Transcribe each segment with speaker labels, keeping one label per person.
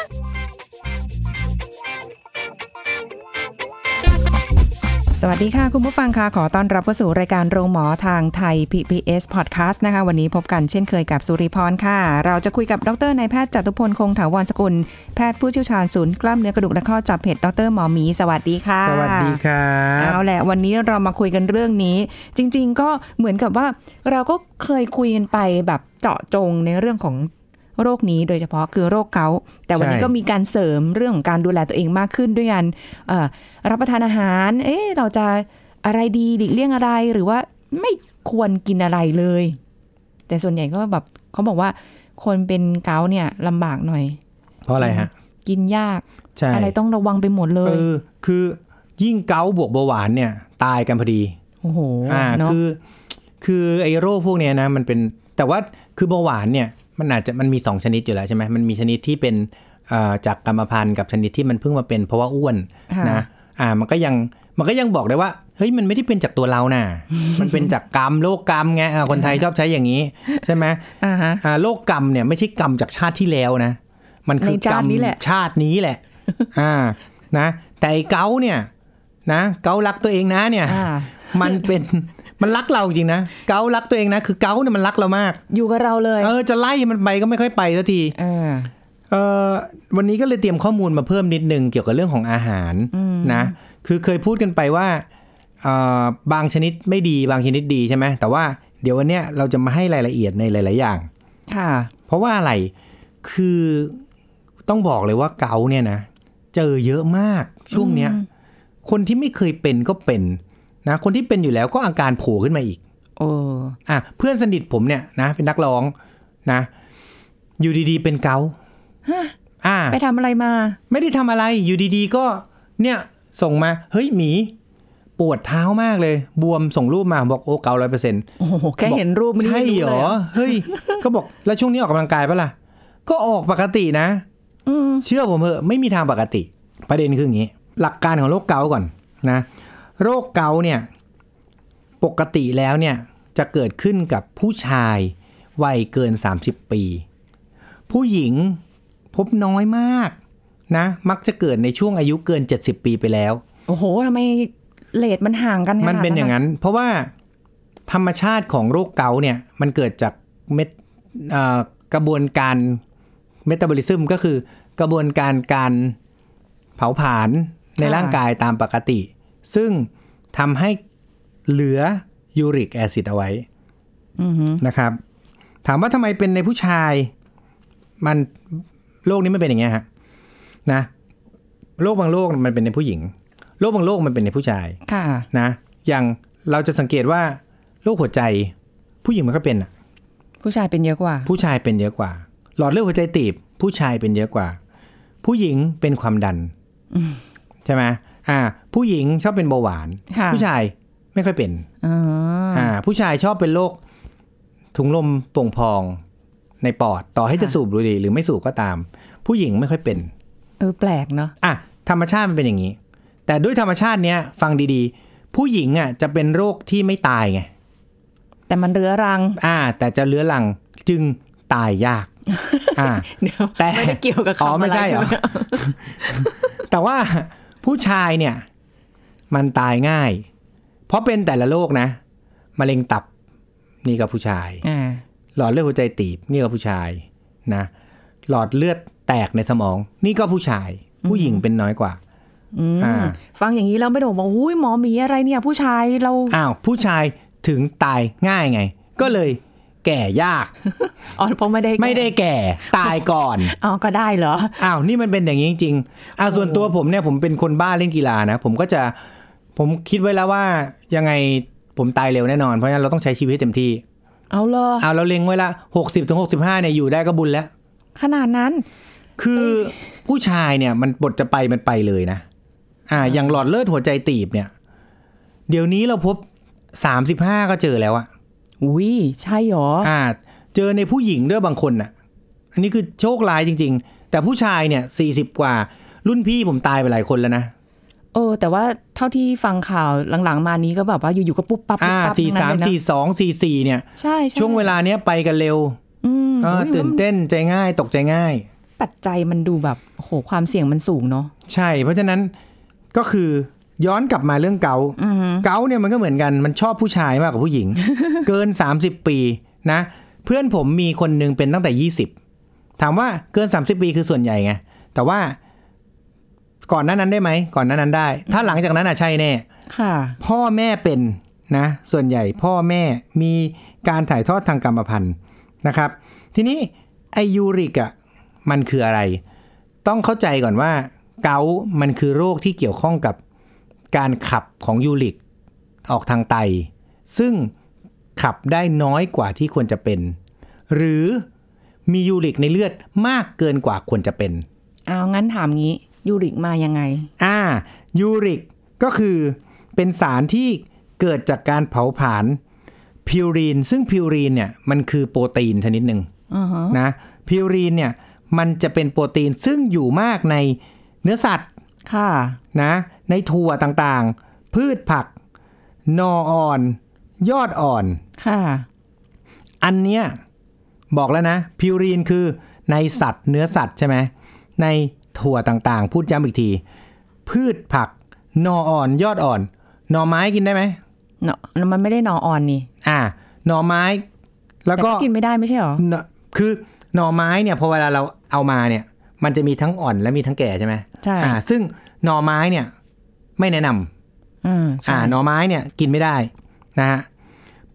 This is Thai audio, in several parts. Speaker 1: ล
Speaker 2: สวัสดีค่ะ คุณผู้ฟังค่ะ ขอต้อนรับเข้าสู่รายการโรงหมอทางไทย PPS Podcast นะคะ วันนี้พบกันเช่นเคยกับสุริพรค่ะ เราจะคุยกับดรนายแพทย์จตุพลคงถาวรสกุล แพทย์ผู้เชี่ยวชาญศูนย์กล้ามเนื้อกระดูกและข้อจับเผ็ดดรหมอหมี สวัสดีค่ะ
Speaker 3: สวัสดีครับ
Speaker 2: เอาแหละวันนี้เรามาคุยกันเรื่องนี้ จริง ๆ ก็เหมือนกับว่าเราก็เคยคุยกันไปแบบเจาะจงในเรื่องของโรคนี้โดยเฉพาะคือโรคเกาต์แต่วันนี้ก็มีการเสริมเรื่องของการดูแลตัวเองมากขึ้นด้วยกันเอ่อรับประทานอาหาร เอ๊ะเราจะอะไรดีหลีกเลี่ยงอะไรหรือว่าไม่ควรกินอะไรเลย แต่ส่วนใหญ่ก็แบบเขาบอกว่าคนเป็นเกาต์เนี่ยลำบากหน่อย
Speaker 3: เพราะอะไรฮะ
Speaker 2: กินยาก
Speaker 3: ใช่
Speaker 2: อะไรต้องระวังไปหมดเล
Speaker 3: เอย อคือยิ่งเกาต์บวกเบาหวานเนี่ย ตายกันพอดี
Speaker 2: โอ้โห
Speaker 3: อ่า
Speaker 2: เนาะ
Speaker 3: คือ คือไอ้โรคพวกเนี้ยนะมันเป็นแต่ว่าคือเบาหวานเนี่ยมันอาจจะมันมีสองชนิดอยู่แล้วใช่ไหมมันมีชนิดที่เป็นเอ่อจากกรรมพันธุ์กับชนิดที่มันเพิ่งมาเป็นเพราะว่าอ้วน
Speaker 2: ค่
Speaker 3: นะอ่ามันก็ยังมันก็ยังบอกได้ว่าเฮ้ยมันไม่ได้เป็นจากตัวเราน่ะ มันเป็นจากกรรมโรคกรรมไงอ่าคนไทยชอบใช้อย่างนี้ใช่ไหม
Speaker 2: อ่าฮะ
Speaker 3: อ่าโรคกรรมเนี่ยไม่ใช่กรรมจากชาติที่แล้วนะ มันคือ
Speaker 2: ในชาติ
Speaker 3: กรรม
Speaker 2: นี้แหละ
Speaker 3: ชาตินี้แหละ อ่านะ แต่ไอ้เกาเนี่ยนะเการักตัวเองนะเนี่ย
Speaker 2: อ่า
Speaker 3: มันเป็น มันรักเราจริงนะเการักตัวเองนะ คือเกาเนี่ยมันรักเรามาก
Speaker 2: อยู่กับเราเลย
Speaker 3: เออจะไล่มันไปก็ไม่ค่อยไปสักที
Speaker 2: เออ
Speaker 3: เออวันนี้ก็เลยเตรียมข้อมูลมาเพิ่มนิดนึงเกี่ยวกับเรื่องของอาหารนะ คือเคยพูดกันไปว่าเอ่อบางชนิดไม่ดีบางชนิดดีใช่ไหมแต่ว่าเดี๋ยววันเนี้ยเราจะมาให้รายละเอียดในหลาย ๆ อย่าง
Speaker 2: ค่ะ
Speaker 3: เพราะว่าอะไร คือต้องบอกเลยว่าเกาเนี่ยนะ เจอเยอะมากช่วงเนี้ย คนที่ไม่เคยเป็นก็เป็นนะ คนที่เป็นอยู่แล้วก็อาการโผล่ขึ้นมาอีก
Speaker 2: โอ้
Speaker 3: อ่ะเพื่อนสนิทผมเนี่ยนะ เป็นนักร้องนะ อยู่ดีๆ เป็นเกาอ่า
Speaker 2: ไปทำอะไรมา
Speaker 3: ไม่ได้ทำอะไรอยู่ดีๆ ก็เนี่ยส่งมา เฮ้ยหมี ปวดเท้ามากเลย บวมส่งรูปมาบอกโอ้เการ้อยเปอร์เซ็นต
Speaker 2: โอ้โห แค่เห็นรูปนี่
Speaker 3: ใช่
Speaker 2: รู้
Speaker 3: เหรอย
Speaker 2: เละ
Speaker 3: เฮ้ย ก็บอกแล้วช่วงนี้ออกกำลังกายปะล่ะ ก็ออกปกตินะ
Speaker 2: อืม
Speaker 3: เชื่อผมเถอะไม่มีทางปกติ ประเด็นคืออย่างนี้ หลักการของโรคเกาต์ก่อนนะ โรคเกาต์เนี่ย ปกติแล้วเนี่ย จะเกิดขึ้นกับผู้ชายวัยเกิน 30 ปี ผู้หญิงพบน้อยมากนะ มักจะเกิดในช่วงอายุเกิน 70 ปีไปแล้ว
Speaker 2: โอ้โหทำไมเลทมันห่างกันขด
Speaker 3: มันเป็นอย่าง
Speaker 2: ะ
Speaker 3: นั้น เพราะว่าธรรมชาติของโรคเกาต์เนี่ยมันเกิดจากเม็ดเอ่อกระบวนการเมตาบอลิซึมก็คือกระบวนการการเผาผลาญในร่างกายตามปกติ ซึ่งทำให้เหลือยูริกแอซิดเอาไว้
Speaker 2: อือหือ
Speaker 3: นะครับ ถามว่าทำไมเป็นในผู้ชาย มันโรคนี้ไม่เป็นอย่างเงี้ยฮะนะโรคบางโรคมันเป็นในผู้หญิงโรคบางโรคมันเป็นในผู้ชาย
Speaker 2: ค่ะ
Speaker 3: นะอย่างเราจะสังเกตว่าโรคหัวใจ ผู้หญิงมันก็เป็นอะ
Speaker 2: ผู้ชายเป็นเยอะกว่า
Speaker 3: ผู้ชายเป็นเยอะกว่า หลอดเลือดหัวใจตีบ ผู้ชายเป็นเยอะกว่า ผู้หญิงเป็นความดันใช่ไหมอ่า ผู้หญิงชอบเป็นเบาหวาน
Speaker 2: ค่ะ
Speaker 3: ผู้ชายไม่ค่อยเป็น
Speaker 2: อ๋ออ่า
Speaker 3: อ่า ผู้ชายชอบเป็นโรคถุงลมโป่งพองในปอดต่อให้จะ
Speaker 2: ค่ะ
Speaker 3: สูบดูดีหรือไม่สูบก็ตาม ผู้หญิงไม่ค่อยเป็น
Speaker 2: เออแปลกเนาะ
Speaker 3: อ่ะธรรมชาติมันเป็นอย่างนี้ แต่ด้วยธรรมชาติเนี้ยฟังดีๆ ผู้หญิงอ่ะจะเป็นโรคที่ไม่ตายไง
Speaker 2: แต่มันเรื้อรัง
Speaker 3: อ่า แต่จะเลื้อรังจึงตาย ยาก อ่า
Speaker 2: เดี๋ยว
Speaker 3: แต่
Speaker 2: ไม่ได้เกี่ยวกับคำ
Speaker 3: อ๋อไม่
Speaker 2: ะร
Speaker 3: ใช่เหรอ
Speaker 2: ไหม
Speaker 3: แต่ว่าผู้ชายเนี่ย มันตายง่าย เพราะเป็นแต่ละโรคนะมะเร็งตับนี่กับผู้ชาย
Speaker 2: อ่า
Speaker 3: หลอดเลือดหัวใจตีบนี่ก็ผู้ชายนะ หลอดเลือดแตกในสมอง นี่ก็ผู้ชาย ผู้หญิงเป็นน้อยกว่า
Speaker 2: อืม
Speaker 3: อ่า
Speaker 2: ฟังอย่างนี้แล้วไม่ต้องบอกว่าอุ้ยหมอหมีอะไรเนี่ย ผู้ชายเรา
Speaker 3: อ้าวผู้ชายถึงตายง่ายไง ก็เลยแก่ยาก
Speaker 2: อ๋อเพราะไม่ได้
Speaker 3: ไม่ได้แก่ตายก่อน
Speaker 2: อ๋อก็ได้เหรอ
Speaker 3: อ้าวนี่มันเป็นอย่างนี้จริงๆอ้าวส่วนตัวผมเนี่ยผมเป็นคนบ้าเล่นกีฬานะ ผมก็จะผมคิดไว้แล้วว่ายังไงผมตายเร็วแน่นอน เพราะฉะนั้นเราต้องใช้ชีวิตให้เต็มที่
Speaker 2: เอาเหรอ
Speaker 3: เอาเราเล็งไว้ละหกสิบถึงหกสิบห้าเนี่ยอยู่ได้ก็บุญแล้ว
Speaker 2: ขนาดนั้น
Speaker 3: คือผู้ชายเนี่ยมันบทจะไปมันไปเลยนะ อ่า อย่างหลอดเลือดหัวใจตีบเนี่ย เดี๋ยวนี้เราพบสามสิบห้าก็เจอแล้วอะ
Speaker 2: อุ้ยใช่หรอ
Speaker 3: อ่า เจอในผู้หญิงด้วยบางคนน่ะ อันนี้คือโชคร้ายจริง ๆ แต่ผู้ชายเนี่ยสี่สิบกว่า รุ่นพี่ผมตายไปหลายคนแล้วนะ
Speaker 2: เออ แต่ว่าเท่าที่ฟังข่าวหลังๆ มานี้ก็แบบว่าอยู่ๆก็ปุ๊บปั๊บปุ๊
Speaker 3: อ่า
Speaker 2: บปั๊บ
Speaker 3: สี่สาม
Speaker 2: ทั้งนั้นเลย
Speaker 3: สี่
Speaker 2: นะ
Speaker 3: สองสี่สี่เนี่ย
Speaker 2: ใช่ใช่
Speaker 3: ช่วงเวลาเนี้ยไปกันเร็ว
Speaker 2: อืม
Speaker 3: อ่า
Speaker 2: โอ้ย
Speaker 3: ตื่น
Speaker 2: มัน
Speaker 3: เต้นใจง่ายตกใจง่าย
Speaker 2: ปัจจัยมันดูแบบโอ้โหความเสี่ยงมันสูงเนาะ
Speaker 3: ใช่ เพราะฉะนั้นก็คือย้อนกลับมาเรื่องเกาต์เกาต์เนี่ยมันก็เหมือนกันมันชอบผู้ชายมากกว่าผู้ หญิง เกิน 30 ปีนะ เพื่อนผมมีคนหนึงเป็นตั้งแต่ 20 ถามว่าเกิน 30 ปีคือส่วนใหญ่ไง แต่ว่าก่อนหน้านั้นได้ไหม ก่อนหน้านั้นได้ ถ้าหลังจากนั้นอ่ะใช่แน่
Speaker 2: ค่ะ
Speaker 3: พ่อแม่เป็นนะ ส่วนใหญ่พ่อแม่มีการถ่ายทอดทางกรรมพันธุ์นะครับ ทีนี้ไอยูริกอ่ะมันคืออะไร ต้องเข้าใจก่อนว่า เกาต์มันคือโรคที่เกี่ยวข้องกับการขับของยูริก ออกทางไต ซึ่งขับได้น้อยกว่าที่ควรจะเป็น หรือมียูริกในเลือดมากเกินกว่าควรจะเป็น
Speaker 2: เอางั้นถามงี้ยูริกมายังไง
Speaker 3: อ่ายูริกก็คือเป็นสารที่เกิดจากการเผาผลาญพิวรีน ซึ่งพิวรีนเนี่ยมันคือโปรตีนชนิดหนึ่ง
Speaker 2: อือฮะ
Speaker 3: นะพิวรีนเนี่ยมันจะเป็นโปรตีนซึ่งอยู่มากในเนื้อสัตว์
Speaker 2: ค่ะ
Speaker 3: นะในถั่วต่างๆ พืชผัก นออ่อน ยอดอ่อน
Speaker 2: ค่ะ
Speaker 3: อันเนี้ยบอกแล้วนะพิวรีนคือในสัตว์เนื้อสัตว์ใช่ไหมในถั่วต่างๆ พูดย้ำอีกที พืชผักหนออ่อนยอดอ่อน หน่อไม้กินได้ไหม
Speaker 2: เนาะมันไม่ได้นออ่อนนี่
Speaker 3: อ่า หน่อไม้แล้ว
Speaker 2: แต่
Speaker 3: ก็
Speaker 2: ก็กินไม่ได้ไม่ใช่หรอ
Speaker 3: หน่อคือหน่อไม้เนี่ยพอเวลาเราเอามาเนี่ย มันจะมีทั้งอ่อนและมีทั้งแก่ใช่ไหม
Speaker 2: ใช่
Speaker 3: อ่า ซึ่งหน่อไม้เนี่ยไม่แนะนำ
Speaker 2: อืมใช่
Speaker 3: อ่าหน่อไม้เนี่ยกินไม่ได้นะฮะ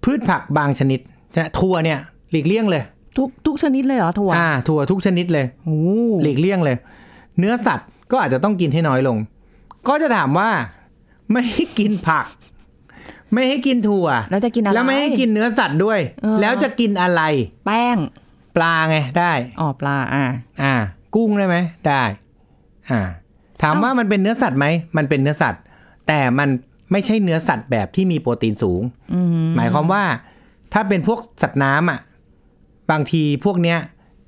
Speaker 3: พืชผักบางชนิดนะถั่วเนี่ยหลีกเลี่ยงเลย
Speaker 2: ทุกทุกชนิดเลยเหรอถั่ว
Speaker 3: อ่าถั่วทุกชนิดเลย
Speaker 2: โอ้
Speaker 3: หลีกเลี่ยงเลย เนื้อสัตว์ก็อาจจะต้องกินให้น้อยลง ก็จะถามว่า ไม่ให้กินผัก ไม่ให้กินถั่ว
Speaker 2: แล้วจะกินอะไร
Speaker 3: แล้วไม่ให้กินเนื้อสัตว์ด้วย
Speaker 2: เออ
Speaker 3: แล้วจะกินอะไร
Speaker 2: แป้ง
Speaker 3: ปลาไงได้
Speaker 2: อ๋อปลาอ่า
Speaker 3: อ่า กุ้งได้ไหมได้ อ่า ถามว่ามันเป็นเนื้อสัตว์ไหมมันเป็นเนื้อสัตว์ แต่มันไม่ใช่เนื้อสัตว์แบบที่มีโปรตีนสูง
Speaker 2: อืม
Speaker 3: หมายความว่า ถ้าเป็นพวกสัตว์น้ำอ่ะบางทีพวกเนี้ย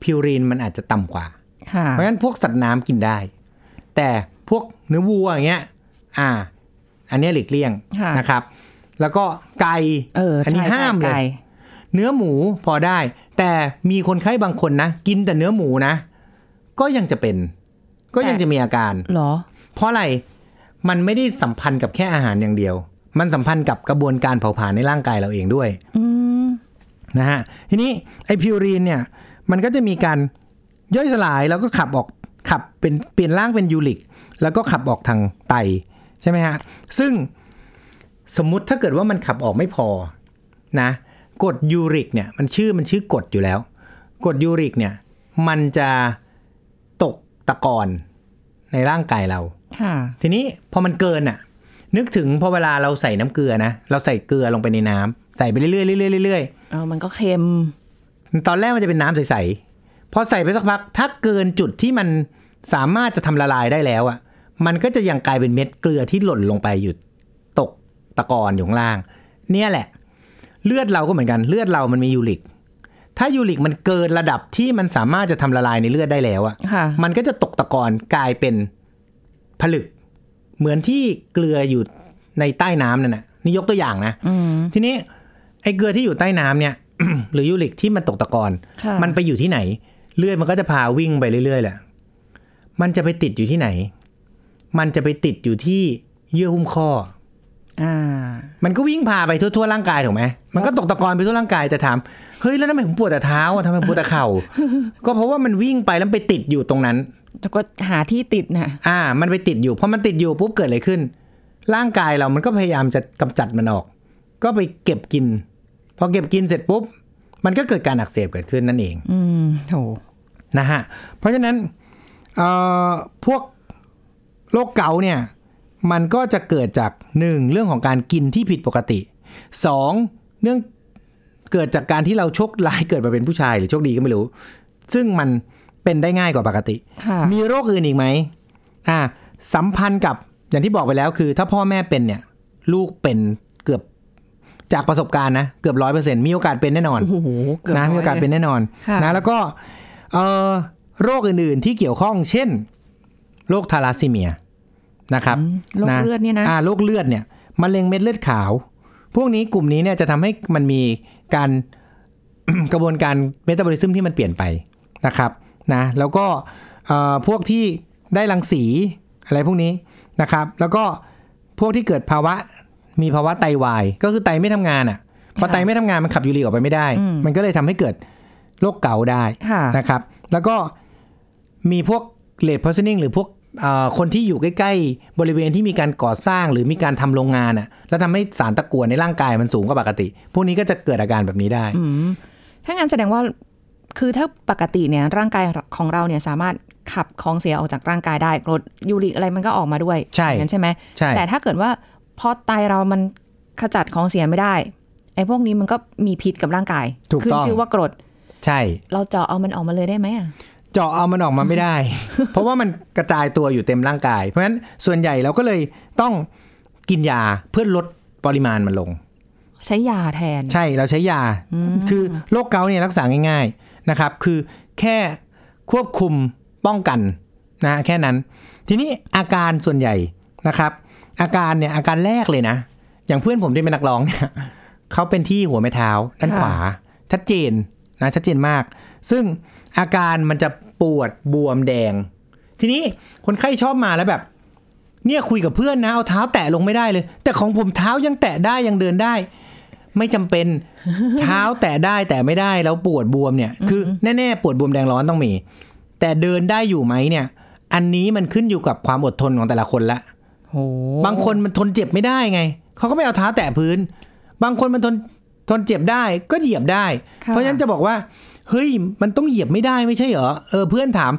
Speaker 3: พิวรีนมันอาจจะต่ำกว่า
Speaker 2: ค่ะ
Speaker 3: เพราะฉะนั้นพวกสัตว์น้ำกินได้ แต่พวกเนื้อวัวอย่างเงี้ย อ่า อันเนี้ยหลีกเลี่ยง
Speaker 2: ค่ะ
Speaker 3: นะครับ แล้วก็ไก่
Speaker 2: เออ
Speaker 3: อันนี้
Speaker 2: ใช่
Speaker 3: ห้ามเล
Speaker 2: ไก่
Speaker 3: ย เนื้อหมูพอได้ แต่มีคนไข้บางคนนะ กินแต่เนื้อหมูนะ ก็ยังจะเป็น ก็ยังจะมีอาการ
Speaker 2: เหรอ
Speaker 3: เพราะอะไร มันไม่ได้สัมพันธ์กับแค่อาหารอย่างเดียว มันสัมพันธ์กับกระบวนการเผาผลาญในร่างกายเราเองด้วย
Speaker 2: อืม
Speaker 3: นะฮะทีนี้ไอพิวรีนเนี่ยมันก็จะมีการย่อยสลายแล้วก็ขับออกขับเป็นเปลี่ยนร่างเป็นยูริก แล้วก็ขับออกทางไตใช่ไหมฮะซึ่งสมมุติถ้าเกิดว่ามันขับออกไม่พอนะกรดยูริกเนี่ยมันชื่อมันชื่อกรดอยู่แล้วกรดยูริกเนี่ยมันจะตกตะกอนในร่างกายเรา
Speaker 2: ค่ะ
Speaker 3: ทีนี้พอมันเกินอ่ะ นึกถึงพอเวลาเราใส่น้ำเกลือนะเราใส่เกลือลงไปในน้ำใส่ไปเรื่อยๆเรื่อยๆเรื่อยๆ
Speaker 2: เออมันก็เค็ม
Speaker 3: ตอนแรกมันจะเป็นน้ำใสๆ พอใส่ไปสักพัก ถ้าเกินจุดที่มันสามารถจะทำละลายได้แล้วอ่ะ มันก็จะยังกลายเป็นเม็ดเกลือที่หล่นลงไปอยู่ตกตะกอนอยู่ข้างล่าง เนี่ยแหละ เลือดเราก็เหมือนกัน เลือดเรามันมียูริก ถ้ายูริกมันเกินระดับที่มันสามารถจะทำละลายในเลือดได้แล้วอ่ะ
Speaker 2: ค่ะ
Speaker 3: มันก็จะตกตะกอนกลายเป็นผลึก เหมือนที่เกลืออยู่ในใต้น้ำนั่นนะนี่ยกตัวอย่างนะ
Speaker 2: อืม
Speaker 3: ทีนี้ไอ้เกลือที่อยู่ใต้น้ำเนี่ย หรือยูริกที่มันตกตะกอน
Speaker 2: ค่ะ
Speaker 3: มันไปอยู่ที่ไหน เลือดมันก็จะพาวิ่งไปเรื่อยๆแหละมันจะไปติดอยู่ที่ไหน มันจะไปติดอยู่ที่เยื่อหุ้มข้อ
Speaker 2: อ่า
Speaker 3: มันก็วิ่งพาไปทั่วๆร่างกายถูกไหมมันก็ตกตะกอนไปทั่วร่างกายแต่ถามเฮ้ยแล้วทำไมผมปวดแต่เท้าอะทำไมปวดแต่เข่า ก็เพราะว่ามันวิ่งไปแล้วไปติดอยู่ตรงนั้น
Speaker 2: แล้วก็หาที่ติดน่ะ
Speaker 3: อ่า มันไปติดอยู่พอมันติดอยู่ปุ๊บเกิดอะไรขึ้น ร่างกายเรามันก็พยายามจะกำจัดมันออก ก็ไปเก็บกิน พอเก็บกินเสร็จปุ๊บ มันก็เกิดการอักเสบเกิดขึ้นนั่นเอง
Speaker 2: อืมโห
Speaker 3: นะฮะ เพราะฉะนั้นเอ่อพวกโรคเกาต์เนี่ย มันก็จะเกิดจากหนึ่งเรื่องของการกินที่ผิดปกติสองเนื่องเกิดจากการที่เราโชคร้ายเกิดมาเป็นผู้ชายหรือโชคดีก็ไม่รู้ ซึ่งมัน เป็นได้ง่ายกว่าปกติ
Speaker 2: ค่ะ
Speaker 3: มีโรคอื่นอีกไหมอ่าสัมพันธ์กับอย่างที่บอกไปแล้วคือ ถ้าพ่อแม่เป็นเนี่ย ลูกเป็นเกือบจากประสบการณ์นะเกือบร้อยเปอร์เซ็นมีโอกาสเป็นแน่นอน
Speaker 2: โอ้โหเกือบ
Speaker 3: นะมีโอกาส
Speaker 2: ร้ยลย
Speaker 3: เป็นแน่นอน
Speaker 2: ค่ะ
Speaker 3: นะแล้วก็เอ่อโรคอื่นๆที่เกี่ยวข้อง เช่น โรคทาราซีเมียนะครับ
Speaker 2: อืมโรคเลือดเนี่ยนะ
Speaker 3: อ่าโรคเลือดเนี่ยมะเร็งเม็ดเลือดขาว พวกนี้กลุ่มนี้เนี่ยจะทำให้มันมีการ กระบวนการเมตาบอลิซึมที่มันเปลี่ยนไปนะครับนะแล้วก็เอ่อพวกที่ได้รังสีอะไรพวกนี้นะครับ แล้วก็พวกที่เกิดภาวะมีภาวะไตวาย ก็คือไตไม่ทำงานอ่ะพอไตไม่ทำงานมันขับยูรีออกไปไม่ได้ มันก็เลยทำให้เกิดโรคเก๋าได้
Speaker 2: ค่ะ
Speaker 3: นะครับ แล้วก็มีพวกเลดพ o ซ s ิ n งหรือพวกเอ่อคนที่อยู่ใกล้ ๆ บริเวณที่มีการก่อสร้างหรือมีการทำโรงงานอ่ะ แล้วทำให้สารตะกั่วในร่างกายมันสูงกว่าปกติ พวกนี้ก็จะเกิดอาการแบบนี้ได้
Speaker 2: อืมถ้างั้นแสดงว่า คือถ้าปกติเนี่ยร่างกายของเราเนี่ยสามารถขับของเสียออกจากร่างกายได้กรดยูริกอะไรมันก็ออกมาด้วย
Speaker 3: ใช่
Speaker 2: อย่างนั้นใช่ไหม
Speaker 3: ใช่
Speaker 2: แต่ถ้าเกิดว่าพอไตเรามันขจัดของเสียไม่ได้ไอ้พวกนี้มันก็มีพิษกับร่างกาย
Speaker 3: ถูก
Speaker 2: ขึ้น
Speaker 3: ต้อง
Speaker 2: ชื่อว่ากรด
Speaker 3: ใช่
Speaker 2: เราเจาะเอามันออกมาเลยได้ไหมอ่ะ
Speaker 3: เจาะเอามันออกมาไม่ได้ เพราะว่ามันกระจายตัวอยู่เต็มร่างกาย เพราะฉะนั้นส่วนใหญ่เราก็เลยต้องกินยาเพื่อลดปริมาณมันลง
Speaker 2: ใช้ยาแทน
Speaker 3: ใช่เราใช้ยา คือโรคเกาต์เนี่ยรักษาง่ายๆนะครับ คือแค่ควบคุมป้องกันนะแค่นั้น ทีนี้อาการส่วนใหญ่นะครับ อาการเนี่ยอาการแรกเลยนะ อย่างเพื่อนผมที่เป็นนักร้องเนี่ยเขาเป็นที่หัวแม่เท้าด้าน
Speaker 2: ค่ะ
Speaker 3: ขวา ชัดเจนนะชัดเจนมาก ซึ่งอาการมันจะปวดบวมแดง ทีนี้คนไข้ชอบมาแล้วแบบ เนี่ยคุยกับเพื่อนนะ เอาเท้าแตะลงไม่ได้เลย แต่ของผมเท้ายังแตะได้ยังเดินได้ ไม่จำเป็น เท้าแตะได้แต่ไม่ได้แล้วปวดบวมเนี่ย คือแน่ๆปวดบวมแดงร้อนต้องมี แต่เดินได้อยู่ไหมเนี่ย อันนี้มันขึ้นอยู่กับความอดทนของแต่ละคนละ
Speaker 2: โห
Speaker 3: บางคนมันทนเจ็บไม่ได้ไง เขาก็ไม่เอาเท้าแตะพื้น บางคนมันทนทนเจ็บได้ก็เหยียบได้
Speaker 2: ค่
Speaker 3: เพราะฉะนั้นจะบอกว่าเฮ้ยมันต้องเหยียบไม่ได้ไม่ใช่เหรอเออเพื่อนถาม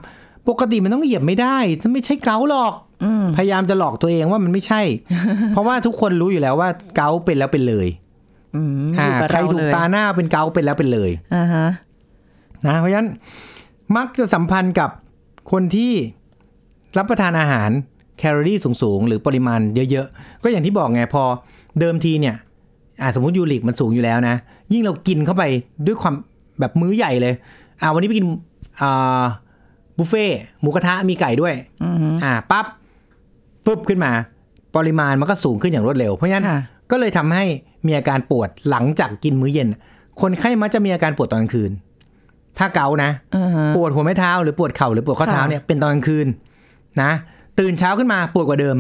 Speaker 3: ปกติมันต้องเหยียบไม่ได้มันไม่ใช่เกาต์หรอก
Speaker 2: อืม
Speaker 3: พยายามจะหลอกตัวเองว่ามันไม่ใช่ เพราะว่าทุกคนรู้อยู่แล้วว่าเกาต์เป็นแล้วเป็นเลย
Speaker 2: อืม
Speaker 3: อ่า
Speaker 2: อยู่กับ
Speaker 3: ใคร
Speaker 2: เา
Speaker 3: ถูก
Speaker 2: เลย
Speaker 3: ตาหน้าเป็นเกาต์เป็นแล้วเป็นเลย
Speaker 2: อ่าฮะ
Speaker 3: นะเพราะฉะนั้นมักจะสัมพันธ์กับคนที่รับประทานอาหารแคลอรี่สูงๆ หรือปริมาณเยอะๆ ก็อย่างที่บอกไงพอเดิมทีเนี่ยอ่ะสมมติยูริกมันสูงอยู่แล้วนะ ยิ่งเรากินเข้าไปด้วยความแบบมื้อใหญ่เลยอ่าวันนี้ไปกินอ่าบุฟเฟ่ต์หมูกระทะมีไก่ด้วย
Speaker 2: อือฮึ
Speaker 3: อ่าปั๊บปุ๊บขึ้นมา ปริมาณมันก็สูงขึ้นอย่างรวดเร็วเพราะฉะนั้น
Speaker 2: ค่ะ
Speaker 3: ก็เลยทำให้มีอาการปวดหลังจากกินมื้อเย็น คนไข้มักจะมีอาการปวดตอนกลางคืน ถ้าเกานะ
Speaker 2: อ่าฮะ
Speaker 3: ปวดหัวไม่เท้าหรือปวดเข่าหรือปวดข้อเท้า
Speaker 2: ค่ะ
Speaker 3: เนี่ยเป็นตอนกลางคืนนะ ตื่นเช้าขึ้นมาปวดกว่าเดิม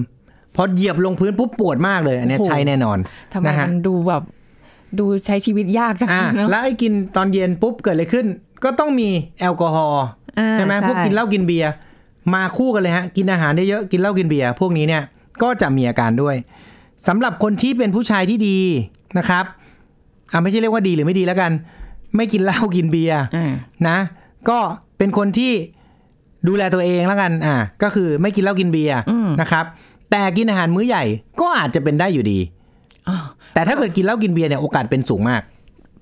Speaker 3: พอเหยียบลงพื้นปุ๊บปวดมากเลย อันเนี้ยใช่แน่นอน
Speaker 2: ทำไม
Speaker 3: นะฮะ
Speaker 2: มันดูแบบ ดูใช้ชีวิตยากจัง
Speaker 3: อ่า
Speaker 2: เนอะ
Speaker 3: แล้วไอ้กินตอนเย็นปุ๊บเกิดอะไรขึ้น ก็ต้องมีแอลกอฮอล์
Speaker 2: อ่า
Speaker 3: ใช่ไหมพวกกินเหล้ากินเบียร์มาคู่กันเลยฮะ กินอาหารเยอะๆกินเหล้ากินเบียร์พวกนี้เนี่ยก็จะมีอาการด้วยสำหรับคนที่เป็นผู้ชายที่ดีนะครับอ่าไม่ใช่เรียกว่าดีหรือไม่ดีแล้วกัน ไม่กินเหล้ากินเบียร์
Speaker 2: อ่า
Speaker 3: นะก็เป็นคนที่ดูแลตัวเองแล้วกันอ่าก็คือไม่กินเหล้ากินเบียร์นะครับ แต่กินอาหารมื้อใหญ่ก็อาจจะเป็นได้อยู่ดี
Speaker 2: อ๋อ
Speaker 3: แต่ถ้าเกิดกินเหล้ากินเบียร์เนี่ยโอกาสเป็นสูงมาก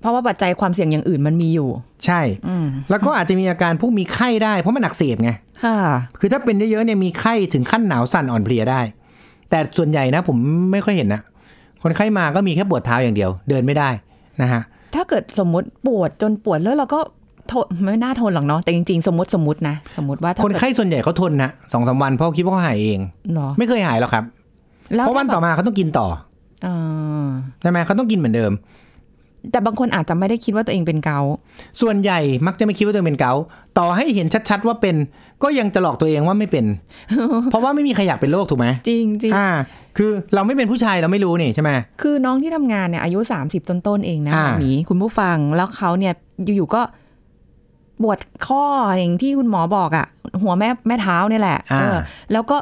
Speaker 2: เพราะว่าปัจจัยความเสี่ยงอย่างอื่นมันมีอยู่
Speaker 3: ใช่
Speaker 2: อืม
Speaker 3: แล้วก็อาจจะมีอาการพวกมีไข้ได้เพราะมันอักเสบไง
Speaker 2: ค่ะ
Speaker 3: คือถ้าเป็นเยอะๆเนี่ยมีไข้ถึงขั้นหนาวสั่นอ่อนเพลียได้ แต่ส่วนใหญ่นะผมไม่ค่อยเห็นนะคนไข้มาก็มีแค่ปวดเท้าอย่างเดียว เดินไม่ได้นะฮะ
Speaker 2: ถ้าเกิดสมมติปวดจนปวดแล้วเราก็ทนไม่น่าทนหรอกเนาะแต่จริงๆ สมมติสมมตินะ สมมติว่าถ้า
Speaker 3: คน
Speaker 2: เกิด
Speaker 3: ไข้ส่วนใหญ่เขาทนนะสองสามวันเพราะคิดว่าเขาหายเอง
Speaker 2: เหรอ
Speaker 3: ไม่เคยหายหรอกครับ
Speaker 2: แล้ว
Speaker 3: เพราะวันต่อมาเขาต้องกินต่อ
Speaker 2: เอ่อ
Speaker 3: ใช่ไหมเขาต้องกินเหมือนเดิม
Speaker 2: แต่บางคนอาจจะไม่ได้คิดว่าตัวเองเป็นเกาต์
Speaker 3: ส่วนใหญ่มักจะไม่คิดว่าตัวเองเป็นเกาต์ต่อให้เห็นชัดๆว่าเป็น ก็ยังจะหลอกตัวเองว่าไม่ เป็น เพราะว่าไม่มีใครอยากเป็นโรคถูกไหม
Speaker 2: จริงจริง
Speaker 3: อ่า คือเราไม่เป็นผู้ชายเราไม่รู้นี่ใช่ไหม
Speaker 2: คือน้องที่ทำงานเนี่ยอายุ 30 ต้นต้นๆเองนะ
Speaker 3: อ่า
Speaker 2: หมีคุณผู้ฟังแล้วเขาเนี่ยอยู่ๆก็ปวดข้ออย่างที่คุณหมอบอกอะ่ะ หัวแม่แม่เท้าเนี่ยแหละเออแล้วก็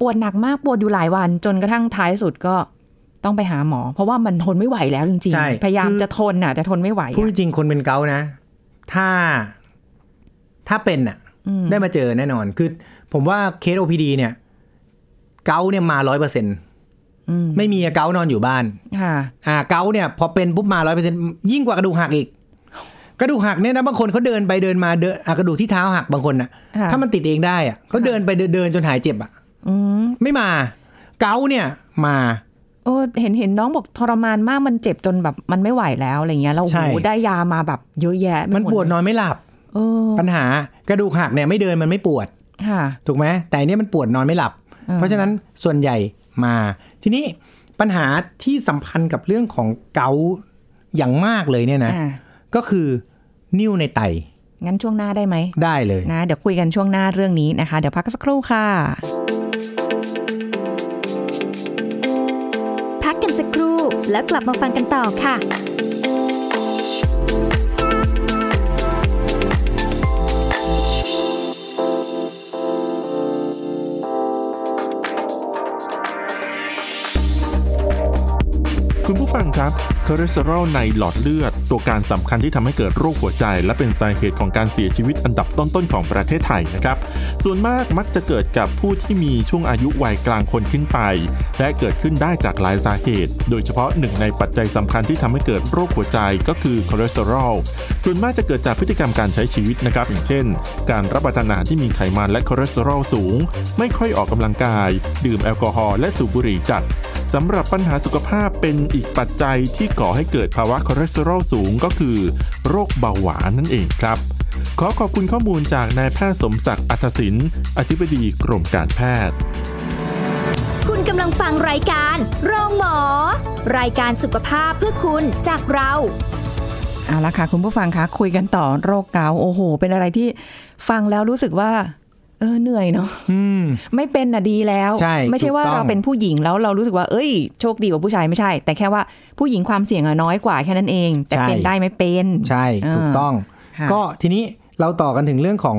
Speaker 2: ปวดหนักมากปวดอยู่หลายวัน จนกระทั่งท้ายสุดก็ต้องไปหาหมอ เพราะว่ามันทนไม่ไหวแล้วจริง
Speaker 3: ใช่
Speaker 2: ๆ พยายาม
Speaker 3: คือ
Speaker 2: จะทนน่ะ แต่ทนไม่ไหว
Speaker 3: พูดจ
Speaker 2: อะ
Speaker 3: ริงๆคนเป็นเกาต์นะ ถ้าถ้าเป็นอ่ะ
Speaker 2: อืม
Speaker 3: ได้มาเจอแน่นอน คือ ผมว่าเคส OPD เนี่ย เกาต์เนี่ยมาร้อยเปอร์เซ็น
Speaker 2: อืม
Speaker 3: ไม่มีเกาต์นอนอยู่บ้าน
Speaker 2: ค่ะ
Speaker 3: อ่าเกาต์เนี่ย พอเป็นปุ๊บมาร้อยเปอร์เซ็นยิ่งกว่ากระดูกหักอีก กระดูกหักเนี่ยนะบางคนเขาเดินไปเดินมาเดินอ่ะกระดูกที่เท้าหักบางคนน่ะ
Speaker 2: ค่ะ
Speaker 3: ถ้ามันติดเองได้อ่ะเขาเดินไปเดินเดินจนหายเจ็บอ่ะ
Speaker 2: อืม
Speaker 3: ไม่มา เกาต์เนี่ยมา
Speaker 2: โอ้เห็นเห็นน้องบอกทรมานมากมันเจ็บจนแบบมันไม่ไหวแล้วอะไรเงี้ยแล้วโอ้
Speaker 3: ใช่
Speaker 2: โหได้ยามาแบบเยอะแยะไปห
Speaker 3: มันปวด
Speaker 2: เลย
Speaker 3: นอนไม่หลับ
Speaker 2: เออ
Speaker 3: ปัญหากระดูกหักเนี่ยไม่เดินมันไม่ปวด
Speaker 2: ค่ะ
Speaker 3: ถูกไหมแต่อันเนี้ยมันปวดนอนไม่หลับ
Speaker 2: อืม
Speaker 3: เพราะฉะนั้นส่วนใหญ่มา ทีนี้ปัญหาที่สัมพันธ์กับเรื่องของเกาต์อย่างมากเลยเนี่ยนะ
Speaker 2: อ่ะ
Speaker 3: ก็คือนิ่วในไต
Speaker 2: งั้นช่วงหน้าได้ไหม
Speaker 3: ได้เลย
Speaker 2: นะเดี๋ยวคุยกันช่วงหน้าเรื่องนี้นะคะ เดี๋ยวพักกนสักครู่ค่ะ
Speaker 1: พักกันสักครู่แล้วกลับมาฟังกันต่อค่ะ
Speaker 4: คุณผู้ฟังครับคอเลสเตอรอลในหลอดเลือด ตัวการสำคัญที่ทำให้เกิดโรคหัวใจ และเป็นสาเหตุของการเสียชีวิตอันดับต้นๆของประเทศไทยนะครับ ส่วนมากมักจะเกิดกับผู้ที่มีช่วงอายุวัยกลางคนขึ้นไป และเกิดขึ้นได้จากหลายสาเหตุ โดยเฉพาะหนึ่งในปัจจัยสำคัญที่ทำให้เกิดโรคหัวใจก็คือคอเลสเตอรอล ส่วนมากจะเกิดจากพฤติกรรมการใช้ชีวิตนะครับ อย่างเช่น การรับประทานอาหารที่มีไขมันและคอเลสเตอรอลสูง ไม่ค่อยออกกำลังกาย ดื่มแอลกอฮอล์และสูบบุหรี่จัด สำหรับปัญหาสุขภาพเป็นอีกปัจจัยที่ก่อให้เกิดภาวะคอเลสเตอรอลสูงก็คือโรคเบาหวานนั่นเองครับ ขอขอบคุณข้อมูลจากนายแพทย์สมศักดิ์อัธศิลป์อธิบดีกรมการแพทย์
Speaker 1: คุณกำลังฟังรายการโรงหมอ รายการสุขภาพเพื่อคุณจากเรา
Speaker 2: เอาละค่ะ คุณผู้ฟังคะคุยกันต่อโรคเกาต์โอ้โห เป็นอะไรที่ฟังแล้วรู้สึกว่า เออเหนื่อยเนาะ
Speaker 3: อืม
Speaker 2: ไม่เป็นน่ะดีแล้ว
Speaker 3: ใช่
Speaker 2: ไม่ใช่ว่า
Speaker 3: ถูกต้อง
Speaker 2: เราเป็นผู้หญิงแล้วเรารู้สึกว่าเอ้ยโชคดีกว่าผู้ชายไม่ใช่ แต่แค่ว่าผู้หญิงความเสี่ยงอะน้อยกว่าแค่นั้นเอง แต่เป็นได้ไม่เป็น
Speaker 3: ใช่ถูกต้อง
Speaker 2: ค่ะ
Speaker 3: ก็ทีนี้เราต่อกันถึงเรื่องของ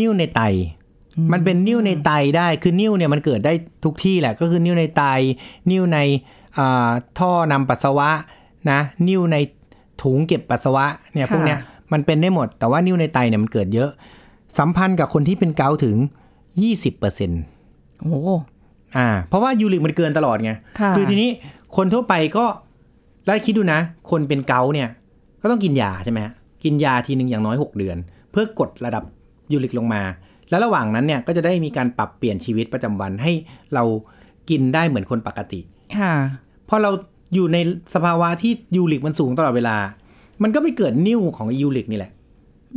Speaker 3: นิ่วในไต มันเป็นนิ่วในไตได้คือนิ่วเนี่ยมันเกิดได้ทุกที่แหละก็คือนิ่วในไต นิ่วในอ่าท่อนำปัสสาวะนะนิ่วในถุงเก็บปัสสาวะเนี่ยพวกเนี้ยมันเป็นได้หมด แต่ว่านิ่วในไตเนี่ยมันเกิดเยอะ สัมพันธ์กับคนที่เป็นเกาต์ถึง 20%เปอร์เซ็นต์
Speaker 2: โอ้โห
Speaker 3: อ่าเพราะว่ายูริกมันเกินตลอดไง
Speaker 2: ค่ะ
Speaker 3: อทีนี้คนทั่วไปก็แล้วคิดดูนะ คนเป็นเกาต์เนี่ย ก็ต้องกินยาใช่ไหมฮะกินยาทีหนึ่งอย่างน้อย 6 เดือน เพื่อกดระดับยูริกลงมา แล้วระหว่างนั้นเนี่ยก็จะได้มีการปรับเปลี่ยนชีวิตประจำวันให้เรากินได้เหมือนคนปกติ
Speaker 2: ค่ะ
Speaker 3: พอเราอยู่ในสภาวะที่ยูริกมันสูงตลอดเวลา มันก็ไปเกิดนิ่วของยูริกนี่แหละ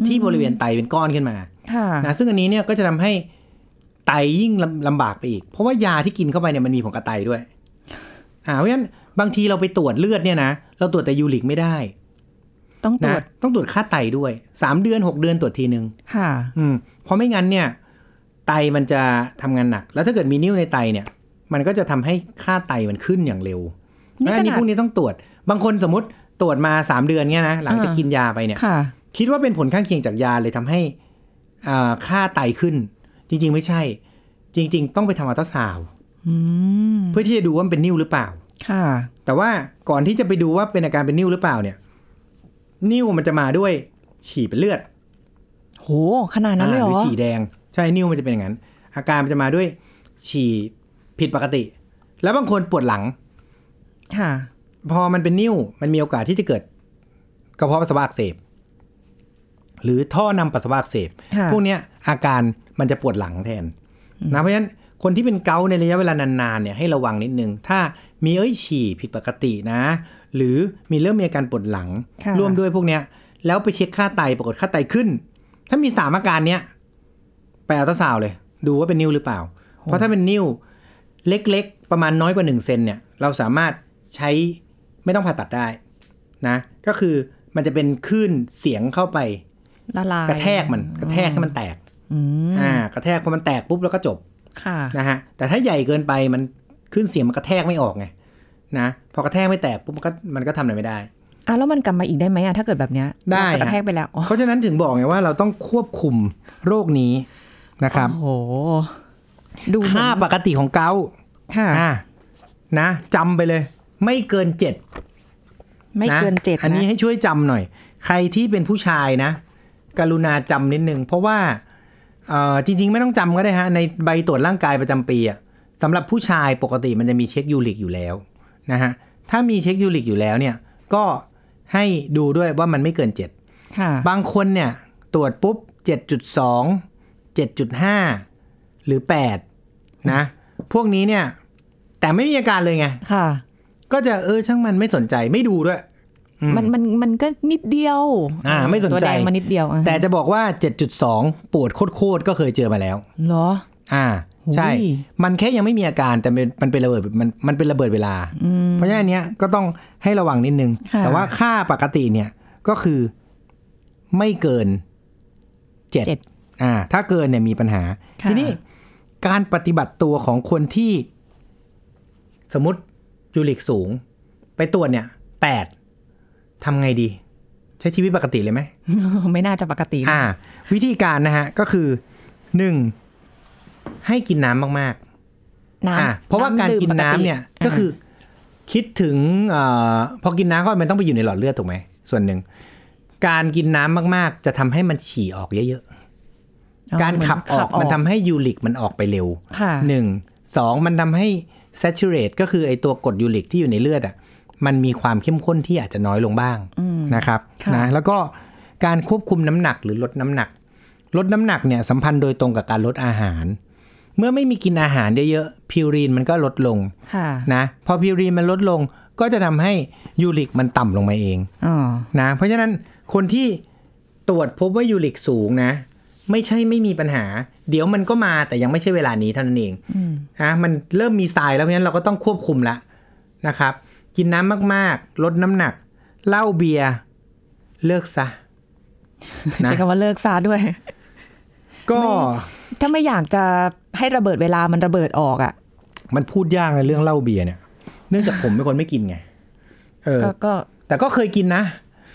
Speaker 3: ที่บริเวณไตเป็นก้อนขึ้นมา
Speaker 2: ค่ะ
Speaker 3: นะซึ่งอันนี้เนี่ยก็จะทำให้ไตยิ่งลำลำบากไปอีก เพราะว่ายาที่กินเข้าไปเนี่ยมันมีผลกับไตด้วย อ่าเพราะฉะนั้นบางทีเราไปตรวจเลือดเนี่ยนะเราตรวจแต่ยูริกไม่ได้
Speaker 2: ต้องตร
Speaker 3: นะ
Speaker 2: วจ
Speaker 3: ต้องตรวจค่าไตด้วยสามเดือนหกเดือนตรวจทีหนึ่ง
Speaker 2: ค่ะ
Speaker 3: อืมเพราะไม่งั้นเนี่ย ไตมันจะทำงานหนัก แล้วถ้าเกิดมีนิ้วในไตเนี่ย มันก็จะทำให้ค่าไตมันขึ้นอย่างเร็ว
Speaker 2: นี่
Speaker 3: เพราะฉะนั้นอันนี้
Speaker 2: ขนาด
Speaker 3: พวกนี้ต้องตรวจ บางคนสมมติตรวจมาสามเดือนเนี่ยนะหลังจาก
Speaker 2: อ่ากิ
Speaker 3: กินยาไปเนี่ย
Speaker 2: ค่ะ
Speaker 3: คิดว่าเป็นผลข้างเคียงจากยาเลยทำให้อ่าค่าไตขึ้น จริง ๆ ไม่ใช่ จริง ๆ ต้องไปทำอัลตราซาวด์
Speaker 2: อืม
Speaker 3: เพื่อที่จะดูว่ามันเป็นนิ่วหรือเปล่า
Speaker 2: ค่ะ
Speaker 3: แต่ว่าก่อนที่จะไปดูว่าเป็นอาการเป็นนิ่วหรือเปล่าเนี่ย นิ่วมันจะมาด้วยฉี่เป็นเลือด
Speaker 2: โหขนาดนั้นเลยเหร
Speaker 3: หรือ
Speaker 2: อ
Speaker 3: ฉี่แดง ใช่นิ่วมันจะเป็นอย่างนั้น อาการมันจะมาด้วยฉี่ผิดปกติ แล้วบางคนปวดหลัง
Speaker 2: ค่ะ
Speaker 3: พอมันเป็นนิ่วมันมีโอกาสที่จะเกิดกระเพาะปัสสาวะอักเสบ หรือท่อนำปัสสาวะอักเสบ
Speaker 2: ค่ะ
Speaker 3: พวกเนี้ยอาการมันจะปวดหลังแทนนะเพราะฉะนั้นคนที่เป็นเกาต์ในระยะเวลานานๆเนี่ยให้ระวังนิดนึง ถ้ามีเอ้ยฉี่ผิดปกตินะ หรือมีเริ่มมีอาการปวดหลัง
Speaker 2: ค่ะ
Speaker 3: ร่วมด้วยพวกเนี้ย แล้วไปเช็คค่าไตปรากฏค่าไตขึ้น ถ้ามีสามอาการเนี้ยไปอัลตราซาวด์เลย ดูว่าเป็นนิ้วหรือเปล่า เพราะถ้าเป็นนิ้ว เล็กๆ ประมาณน้อยกว่า1เซนเนี่ย เราสามารถใช้ไม่ต้องผ่าตัดได้นะ ก็คือมันจะเป็นคลื่นเสียงเข้าไป
Speaker 2: ละลาย
Speaker 3: กระแทกมันกระแทกให้มันแตก
Speaker 2: อืม
Speaker 3: อ่ากระแทกพอมันแตกปุ๊บแล้วก็จบ
Speaker 2: ค่ะ
Speaker 3: นะฮะแต่ถ้าใหญ่เกินไปมันคลื่นเสียงมันกระแทกไม่ออกไงนะพอกระแทกไม่แตกปุ๊บมันก็มันก็ทำอะไรไม่ได้
Speaker 2: อ่ะแล้วมันกลับมาอีกได้ไหมอ่ะถ้าเกิดแบบเนี้ย
Speaker 3: ได้
Speaker 2: เรากระ
Speaker 3: ฮะ
Speaker 2: แทกไปแล้วอ๋อ
Speaker 3: เพราะฉะนั้นถึงบอกไงว่าเราต้องควบคุมโรคนี้นะครับ
Speaker 2: โอ้โหดูเหมือน
Speaker 3: ค่าปกติของเกาต์
Speaker 2: ค่ะ
Speaker 3: อ่านะจำไปเลย ไม่เกินเจ็ด
Speaker 2: ไม่เกินเจ็ด
Speaker 3: อันนี้
Speaker 2: นะ
Speaker 3: ให้ช่วยจำหน่อย ใครที่เป็นผู้ชายนะ กรุณาจำนิดนึง เพราะว่าเอ่อจริง ๆ ไม่ต้องจำก็ได้ฮะ ในใบตรวจร่างกายประจำปีอะสำหรับผู้ชายปกติมันจะมีเช็คยูริกอยู่แล้วนะฮะ ถ้ามีเช็คยูริกอยู่แล้วเนี่ย ก็ให้ดูด้วยว่ามันไม่เกินเจ็ด
Speaker 2: ค่ะ
Speaker 3: บางคนเนี่ยตรวจปุ๊บ 7.2 7.5 หรือ 8 นะ พวกนี้เนี่ย แต่ไม่มีอาการเลยไง
Speaker 2: ค่ะ
Speaker 3: ก็จะเออช่างมันไม่สนใจไม่ดูด้วย อืม
Speaker 2: มันมันมันก็นิดเดียว
Speaker 3: อ่าไม่สนใจ
Speaker 2: ตัวแดงมานิดเดียวอ่ะ
Speaker 3: แต่จะบอกว่า 7.2 ปวดโคตรๆก็เคยเจอมาแล้ว
Speaker 2: เหรอ
Speaker 3: อ่า ใช่
Speaker 2: หูย
Speaker 3: มันแค่ยังไม่มีอาการแต่มันมันเป็นระเบิดมันมันเป็นระเบิดเวลา
Speaker 2: อืม
Speaker 3: เพราะฉะนั้นอันเนี้ยก็ต้องให้ระวังนิดนึง
Speaker 2: ค่ะ
Speaker 3: แต่ว่าค่าปกติเนี่ยก็คือไม่เกินเจ็ด
Speaker 2: เจ็ด
Speaker 3: อ่า ถ้าเกินเนี่ยมีปัญหา
Speaker 2: ค่ะ
Speaker 3: ทีนี้การปฏิบัติตัวของคนที่ สมมติยูริกสูง ไปตรวจเนี่ยแปดทำไงดี ใช้ชีวิตปกติเลยไหม
Speaker 2: ไม่น่าจะปกติ
Speaker 3: อ่า วิธีการนะฮะ ก็คือหนึ่งให้กินน้ำมากๆ อ่ะ
Speaker 2: น้ำ
Speaker 3: เพราะว่าการ
Speaker 2: ดื่ม
Speaker 3: กินน้ำ
Speaker 2: ปติ
Speaker 3: เนี่ยก็คือคิดถึงเออพอกินน้ำก็มันต้องไปอยู่ในหลอดเลือดถูกไหมส่วนหนึ่ง การกินน้ำมากๆ จะทำให้มันฉี่ออกเยอะ
Speaker 2: อ่ะ
Speaker 3: ๆ การ
Speaker 2: เหมืน
Speaker 3: ขับออกมันทำให้ยูริกมันออกไปเร็ว
Speaker 2: ค่ะ
Speaker 3: หนึ่งสองมันทำให้ saturate ก็คือไอตัวกรดยูริกที่อยู่ในเลือดอ่ะมันมีความเข้มข้นที่อาจจะน้อยลงบ้าง
Speaker 2: อืม
Speaker 3: นะครับ
Speaker 2: ค่ะ
Speaker 3: นะแล้วก็การควบคุมน้ำหนักหรือลดน้ำหนัก ลดน้ำหนักเนี่ยสัมพันธ์โดยตรงกับการลดอาหาร เมื่อไม่มีกินอาหารเยอะๆพิวรีนมันก็ลดลง
Speaker 2: ค่ะ
Speaker 3: นะพอพิวรีนมันลดลงก็จะทำให้ยูริกมันต่ำลงมาเอง
Speaker 2: อ๋อ
Speaker 3: นะเพราะฉะนั้นคนที่ตรวจพบว่ายูริกสูงนะ ไม่ใช่ไม่มีปัญหา เดี๋ยวมันก็มาแต่ยังไม่ใช่เวลานี้เท่านั้นเอง
Speaker 2: อืม
Speaker 3: นะมันเริ่มมีทรายแล้วเพราะฉะนั้นเราก็ต้องควบคุมละนะครับ กินน้ำมากๆ ลดน้ำหนักเหล้าเบียร์เลิกซะ นะ
Speaker 2: ใช้คำว่าเลิกซะด้วย
Speaker 3: ก็
Speaker 2: ถ้าไม่อยากจะให้ระเบิดเวลามันระเบิดออกอ่ะ
Speaker 3: มันพูดยากในะเรื่องเหล้าเบียร์เนี่ย เนื่องจากผมเป็นคนไม่กินไงเออ
Speaker 2: ก็ก็
Speaker 3: แต่ก็เคยกินนะ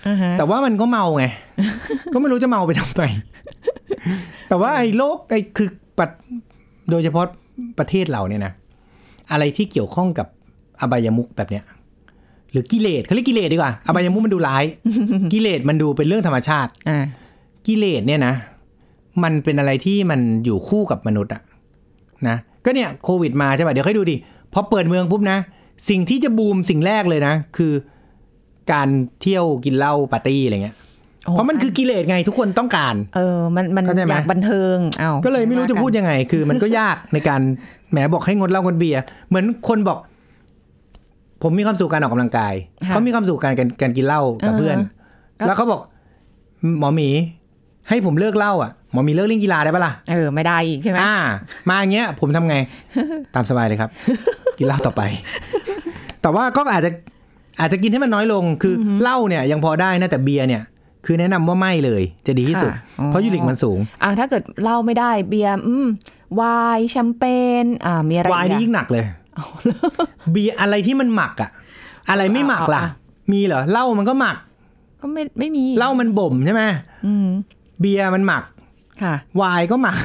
Speaker 2: อ่าฮะ
Speaker 3: แต่ว่ามันก็เมา ไง ก็ไม่รู้จะเมาไปทำไม แต่ว่าไอ้โรคไอ้คือปัดโดยเฉพาะประเทศเราเนี่ยนะ อะไรที่เกี่ยวข้องกับอบายมุกแบบเนี้ย หรือกิเลสเขาเรียกกิเลสดีกว่า อบายมุกมันดูร้าย กิเลสมันดูเป็นเรื่องธรรมชาติ
Speaker 2: อ่า
Speaker 3: กิเลสเนี่ยนะ มันเป็นอะไรที่มันอยู่คู่กับมนุษย์อะนะ ก็เนี่ยโควิดมาใช่ป่ะ เดี๋ยวค่อยดูดิ พอเปิดเมืองปุ๊บนะ สิ่งที่จะบูมสิ่งแรกเลยนะ คือการเที่ยวกินเหล้าปาร์ตี้อะไรเงี้ย
Speaker 2: โอ้
Speaker 3: เพราะมันคือกิเลสไงทุกคนต้องการ
Speaker 2: เออมันมัน
Speaker 3: เข้าใจไหม
Speaker 2: อยากบันเทิงเอ้า
Speaker 3: ก็เลยไม่รู้จะพูดยังไง คือมันก็ยากในการ แหมบอกให้งดเหล้างดเบียร์เหมือนคนบอก ผมมีความสุขการออกกำลังกาย
Speaker 2: ะ
Speaker 3: เขามีความสุขการการการกินเหล้ากับ
Speaker 2: อ่าฮะ
Speaker 3: เพื่อน
Speaker 2: ก็
Speaker 3: แล้วเขาบอก หมอหมี ให้ผมเลิกเหล้าอ่ะหมอหมีเลิกเล่นกีฬาได้ปะล่ะ
Speaker 2: เออไม่ได้อีกใช่ไหม
Speaker 3: อ่า มาอย่างเงี้ย ผม ทำไง ตามสบายเลยครับ กินเหล้าต่อไป แต่ว่าก็อาจจะอาจจะกินให้มันน้อยลงคืออเหล้าเนี่ยยังพอได้นะแต่เบียร์เนี่ย คือแนะนำว่าไม่เลย จะดีที่สุด
Speaker 2: ค่
Speaker 3: เพราะยูริกมันสูง
Speaker 2: อ่าถ้าเกิดเหล้าไม่ได้เบียร์อืมไวน์แชมเปญอ่ามีอะไร
Speaker 3: วาย
Speaker 2: อีก
Speaker 3: นี่
Speaker 2: อะ
Speaker 3: ยิ่งหนักเลย เบียร์อะไรที่มันหมักอะอะไรไม่หมักล่ะ
Speaker 2: อ่ะ
Speaker 3: มีเหรอเหล้ามันก็หมัก
Speaker 2: ก็ไม่ไม่มี
Speaker 3: เหล้ามันบ่มใช่ไหม
Speaker 2: อืม
Speaker 3: เบียร์มันหมัก
Speaker 2: ค่ะ
Speaker 3: ไวน์ก็ หมัก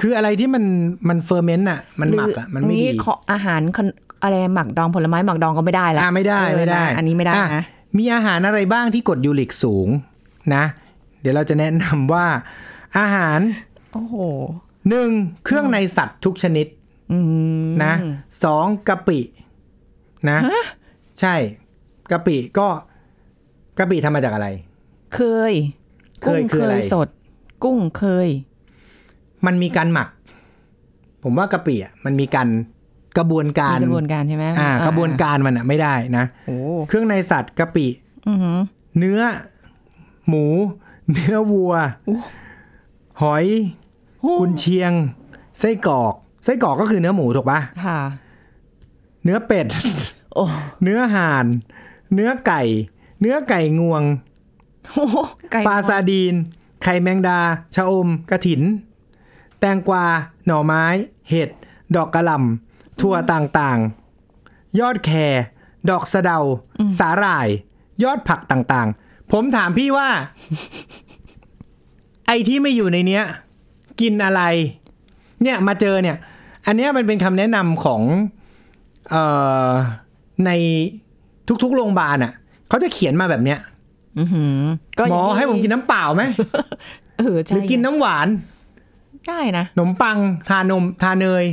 Speaker 3: คืออะไรที่มันมันเฟอร์เมนต์อะมันหมักอะมัน
Speaker 2: ห
Speaker 3: ไม่
Speaker 2: รื
Speaker 3: ดี
Speaker 2: ขออาหารคอนอะไรหมักดองผลไม้หมักดองก็ไม่ได้ละ
Speaker 3: อ่ะไม่ได้
Speaker 2: เออ
Speaker 3: ไม่ได้
Speaker 2: นะอันนี้ไม่ได้
Speaker 3: อ่
Speaker 2: นะ
Speaker 3: มีอาหารอะไรบ้างที่กรดยูริกสูงนะ เดี๋ยวเราจะแนะนำว่า อาหาร
Speaker 2: โอ้โห
Speaker 3: หนึ่งเครื่องในสัตว์ทุกชนิด
Speaker 2: อืม
Speaker 3: นะสองกะปินะ ใช่กะปิก็กะปิทำมาจากอะไร
Speaker 2: เคย
Speaker 3: เคย
Speaker 2: กุ้ง
Speaker 3: คือ
Speaker 2: เค
Speaker 3: อะไร
Speaker 2: ยสด กุ้งเคย
Speaker 3: มันมีการหมัก ผมว่ากะปิอ่ะมันมีการกระบวนการ
Speaker 2: มีกระบวนการใช่ไหม
Speaker 3: อ่ากระบวนการมันอ่ะไม่ได้นะ
Speaker 2: โอ้
Speaker 3: เครื่องในสัตว์กะปิ
Speaker 2: อือหือ
Speaker 3: เนื้อ หมู เนื้อวัว หอยกุนเชียง ไส้กรอกไส้กรอกก็คือเนื้อหมูถูกปะ
Speaker 2: ค่ะ
Speaker 3: เนื้อเป็ด
Speaker 2: โอ้
Speaker 3: เนื้อห่าน เนื้อไก่ เนื้อไก่งวง
Speaker 2: โห ไก่
Speaker 3: ปลาซาดีน ไข่แมงดา ชะอม กระถิน แตงกวา หน่อไม้ เห็ด ดอกกระหล่ำถั่วต่างๆ ยอดแครดอกสะเดา สาหร่าย ยอดผักต่างๆ ผมถามพี่ว่า ไอ้ที่ไม่อยู่ในเนี้ย กินอะไร เนี่ยมาเจอเนี่ย อันเนี้ยมันเป็นคำแนะนำของ เอ่อ ในทุกๆ โรงพยาบาลอ่ะ เขาจะเขียนมาแบบเนี้ย
Speaker 2: อื้อหือ
Speaker 3: หมอให้ผมกินน้ำเปล่าไหม
Speaker 2: เออ
Speaker 3: ห
Speaker 2: ใช่
Speaker 3: รือกินน้ำหวาน
Speaker 2: ได้นะ
Speaker 3: ขนมปัง ทานม ทาเนย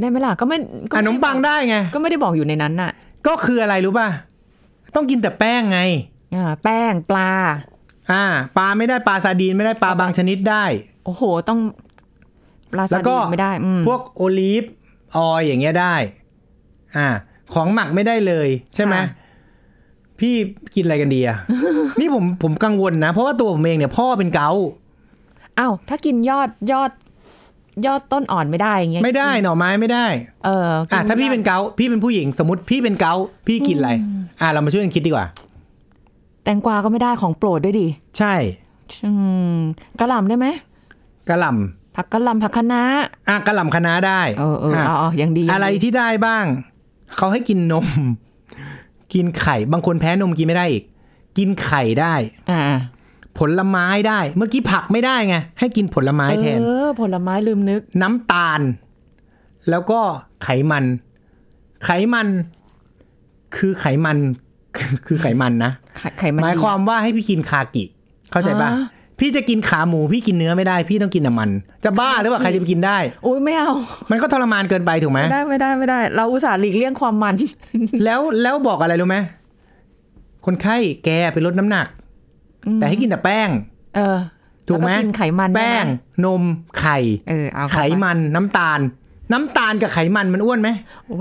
Speaker 2: ได้ไหมล่ะ ก็ไม่ก็
Speaker 3: อ่ะข
Speaker 2: ไม่
Speaker 3: นมปังได้ไง
Speaker 2: ก็ไม่ได้บอกอยู่ในนั้นน่ะ
Speaker 3: ก็คืออะไรรู้ป่ะ ต้องกินแต่แป้งไง
Speaker 2: อ่าแป้งปลา
Speaker 3: อ่าปลาไม่ได้ปลาซาดีนไม่ได้ปลาบางชนิดได้
Speaker 2: โอ้โห ต้องปลา
Speaker 3: แล้
Speaker 2: ซาว ดี
Speaker 3: ก็
Speaker 2: นไม่ได้อืม
Speaker 3: พวกโอลีฟออยอย่างเงี้ยได้ อ่า ของหมักไม่ได้เลยใช่ไหมพี่กินอะไรกันดีอะ นี่ผมผมกังวลนะ เพราะว่าตัวผมเองเนี่ยพ่อเป็นเกาต์
Speaker 2: อ้าวถ้ากินยอดยอด ยอดต้นอ่อนไม่ได้อย่างเงี้ย
Speaker 3: ไม่ได้หน่อไม้ไม่ได้
Speaker 2: เออ
Speaker 3: อ่ะ
Speaker 2: กิ
Speaker 3: ถ้าพี่เป็นเกาต์พี่เป็นผู้หญิงสมมติพี่เป็นเกาต์พี่กินอะไร อ่ะเรามาช่วยกันคิดดีกว่า
Speaker 2: แตงกวาก็ไม่ได้ของโปรดด้วยดิ
Speaker 3: ใช่
Speaker 2: อืมกระหล่ำได้ไหม
Speaker 3: กระหล่
Speaker 2: ผักกระหล่ำผักคะน้า
Speaker 3: ำอ่ะกระหล่ำคะน้าได้
Speaker 2: เออเออ
Speaker 3: อะ
Speaker 2: เอาเอาอย่างดีย่างดี
Speaker 3: อะไรที่ได้บ้าง เขาให้กินนม กินไข่ บางคนแพ้นมกินไม่ได้อีก กินไข่ได้
Speaker 2: อ่า
Speaker 3: ผลไม้ได้ เมื่อกี้ผักไม่ได้ไง ให้กินผลไม้แทน
Speaker 2: เออผลไม้ลืมนึก
Speaker 3: น้ำตาล แล้วก็ไขมัน ไขมัน คือไขมัน คือคือไขมันนะ
Speaker 2: ไข่ไข่มัน
Speaker 3: หมาย
Speaker 2: ดี
Speaker 3: ความว่าให้พี่กินคากิ เข้าใจป่ะ
Speaker 2: ฮะ
Speaker 3: พี่จะกินขาหมู พี่กินเนื้อไม่ได้ พี่ต้องกินน้ำมัน จะบ้าหรือเปล่าใครจะไปกินได้
Speaker 2: โอ้ยไม่เอา
Speaker 3: มันก็ทรมานเกินไปถูกไหม
Speaker 2: ไม่ได้ไม่ได้ไม่ได้ เราอุตส่าห์หลีกเลี่ยงความมัน
Speaker 3: แล้วแล้วบอกอะไรรู้ไหมคนไข้แกไปลดน้ำหนัก แต่ให้กินแต่แป้ง
Speaker 2: เออ
Speaker 3: ถูกไหม
Speaker 2: แล้วกินไขมันได้
Speaker 3: แป้ง
Speaker 2: นะ
Speaker 3: นม ไข่
Speaker 2: เออเอา
Speaker 3: ไข
Speaker 2: เข้าป
Speaker 3: มันน้ำตาล น้ำตาลกับไขมันมันอ้วนไหม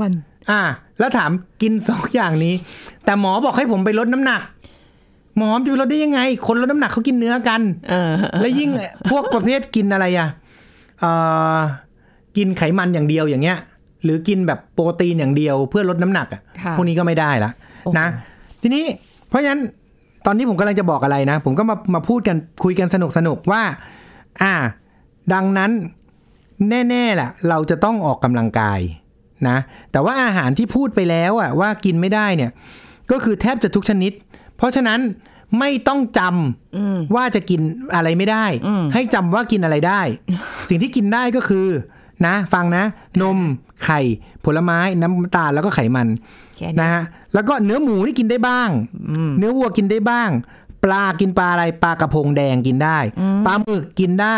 Speaker 2: วัน
Speaker 3: อ่า แล้วถามกินสองอย่างนี้ แต่หมอบอกให้ผมไปลดน้ำหนัก หมอจะไปลดได้ยังไง คนลดน้ำหนักเขากินเนื้อกัน
Speaker 2: เออ
Speaker 3: และยิ่ง พวกประเภทกินอะไรอ่ะเอ่อกินไขมันอย่างเดียวอย่างเงี้ย หรือกินแบบโปรตีนอย่างเดียวเพื่อลดน้ำหนักอ่ะ
Speaker 2: ค่ะ
Speaker 3: พวกนี้ก็ไม่ได้ละ
Speaker 2: โอ้โห
Speaker 3: นะ ทีนี้เพราะฉะนั้นตอนนี้ผมกำลังจะบอกอะไรนะ ผมก็มามาพูดกันคุยกันสนุกสนุกๆว่า อ่า ดังนั้นแน่ๆแหละเราจะต้องออกกำลังกายนะ แต่ว่าอาหารที่พูดไปแล้วอ่ะว่ากินไม่ได้เนี่ย ก็คือแทบจะทุกชนิด เพราะฉะนั้นไม่ต้องจำว่าจะกินอะไรไม่ได้ ให้จำว่ากินอะไรได้ สิ่งที่กินได้ก็คือนะ ฟังนะ นมไข่ ผลไม้น้ำตาลแล้วก็ไขมัน
Speaker 2: แค่นี้
Speaker 3: นะฮะแล้วก็เนื้อหมูนี่กินได้บ้าง เนื้อวัวกินได้บ้าง ปลากินปลาอะไรปลากระพงแดงกินได้ ปลาหมึกกินได้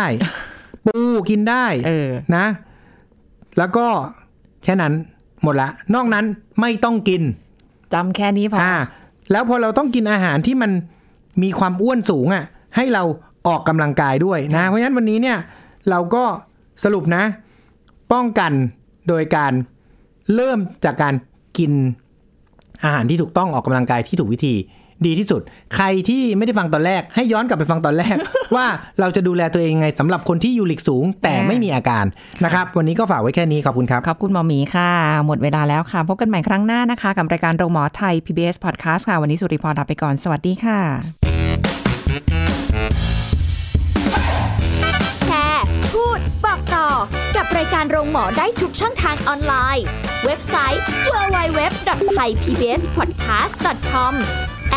Speaker 3: ปูกินได้
Speaker 2: เออ
Speaker 3: นะ แล้วก็แค่นั้นหมดละ นอกนั้นไม่ต้องกิน
Speaker 2: จำแค่นี้พออ
Speaker 3: อ่าแล้วพอเราต้องกินอาหารที่มันมีความอ้วนสูงอ่ะให้เราออกกำลังกายด้วยนะ เพราะฉะนั้นวันนี้เนี่ยเราก็สรุปนะ ป้องกันโดยการเริ่มจากการกินอาหารที่ถูกต้องออกกำลังกายที่ถูกวิธีดีที่สุด ใครที่ไม่ได้ฟังตอนแรก ให้ย้อนกลับไปฟังตอนแรก ว่าเราจะดูแลตัวเองยังไงสำหรับคนที่ยูริกสูง แต่ไม่มีอาการนะครับ วันนี้ก็ฝากไว้แค่นี้ขอบคุณครับ
Speaker 2: ขอบคุณหมอหมีค่ะ หมดเวลาแล้วค่ะ พบกันใหม่ครั้งหน้านะคะ กับรายการโรงหมอไทย PBS Podcast ค่ะ วันนี้สุริพรลาไปก่อน สวัสดีค่ะ
Speaker 1: แชร์ พูด บอกต่อ กับรายการโรงหมอได้ทุกช่องทางออนไลน์ เว็บไซต์ www.thaipbspodcast.com แอ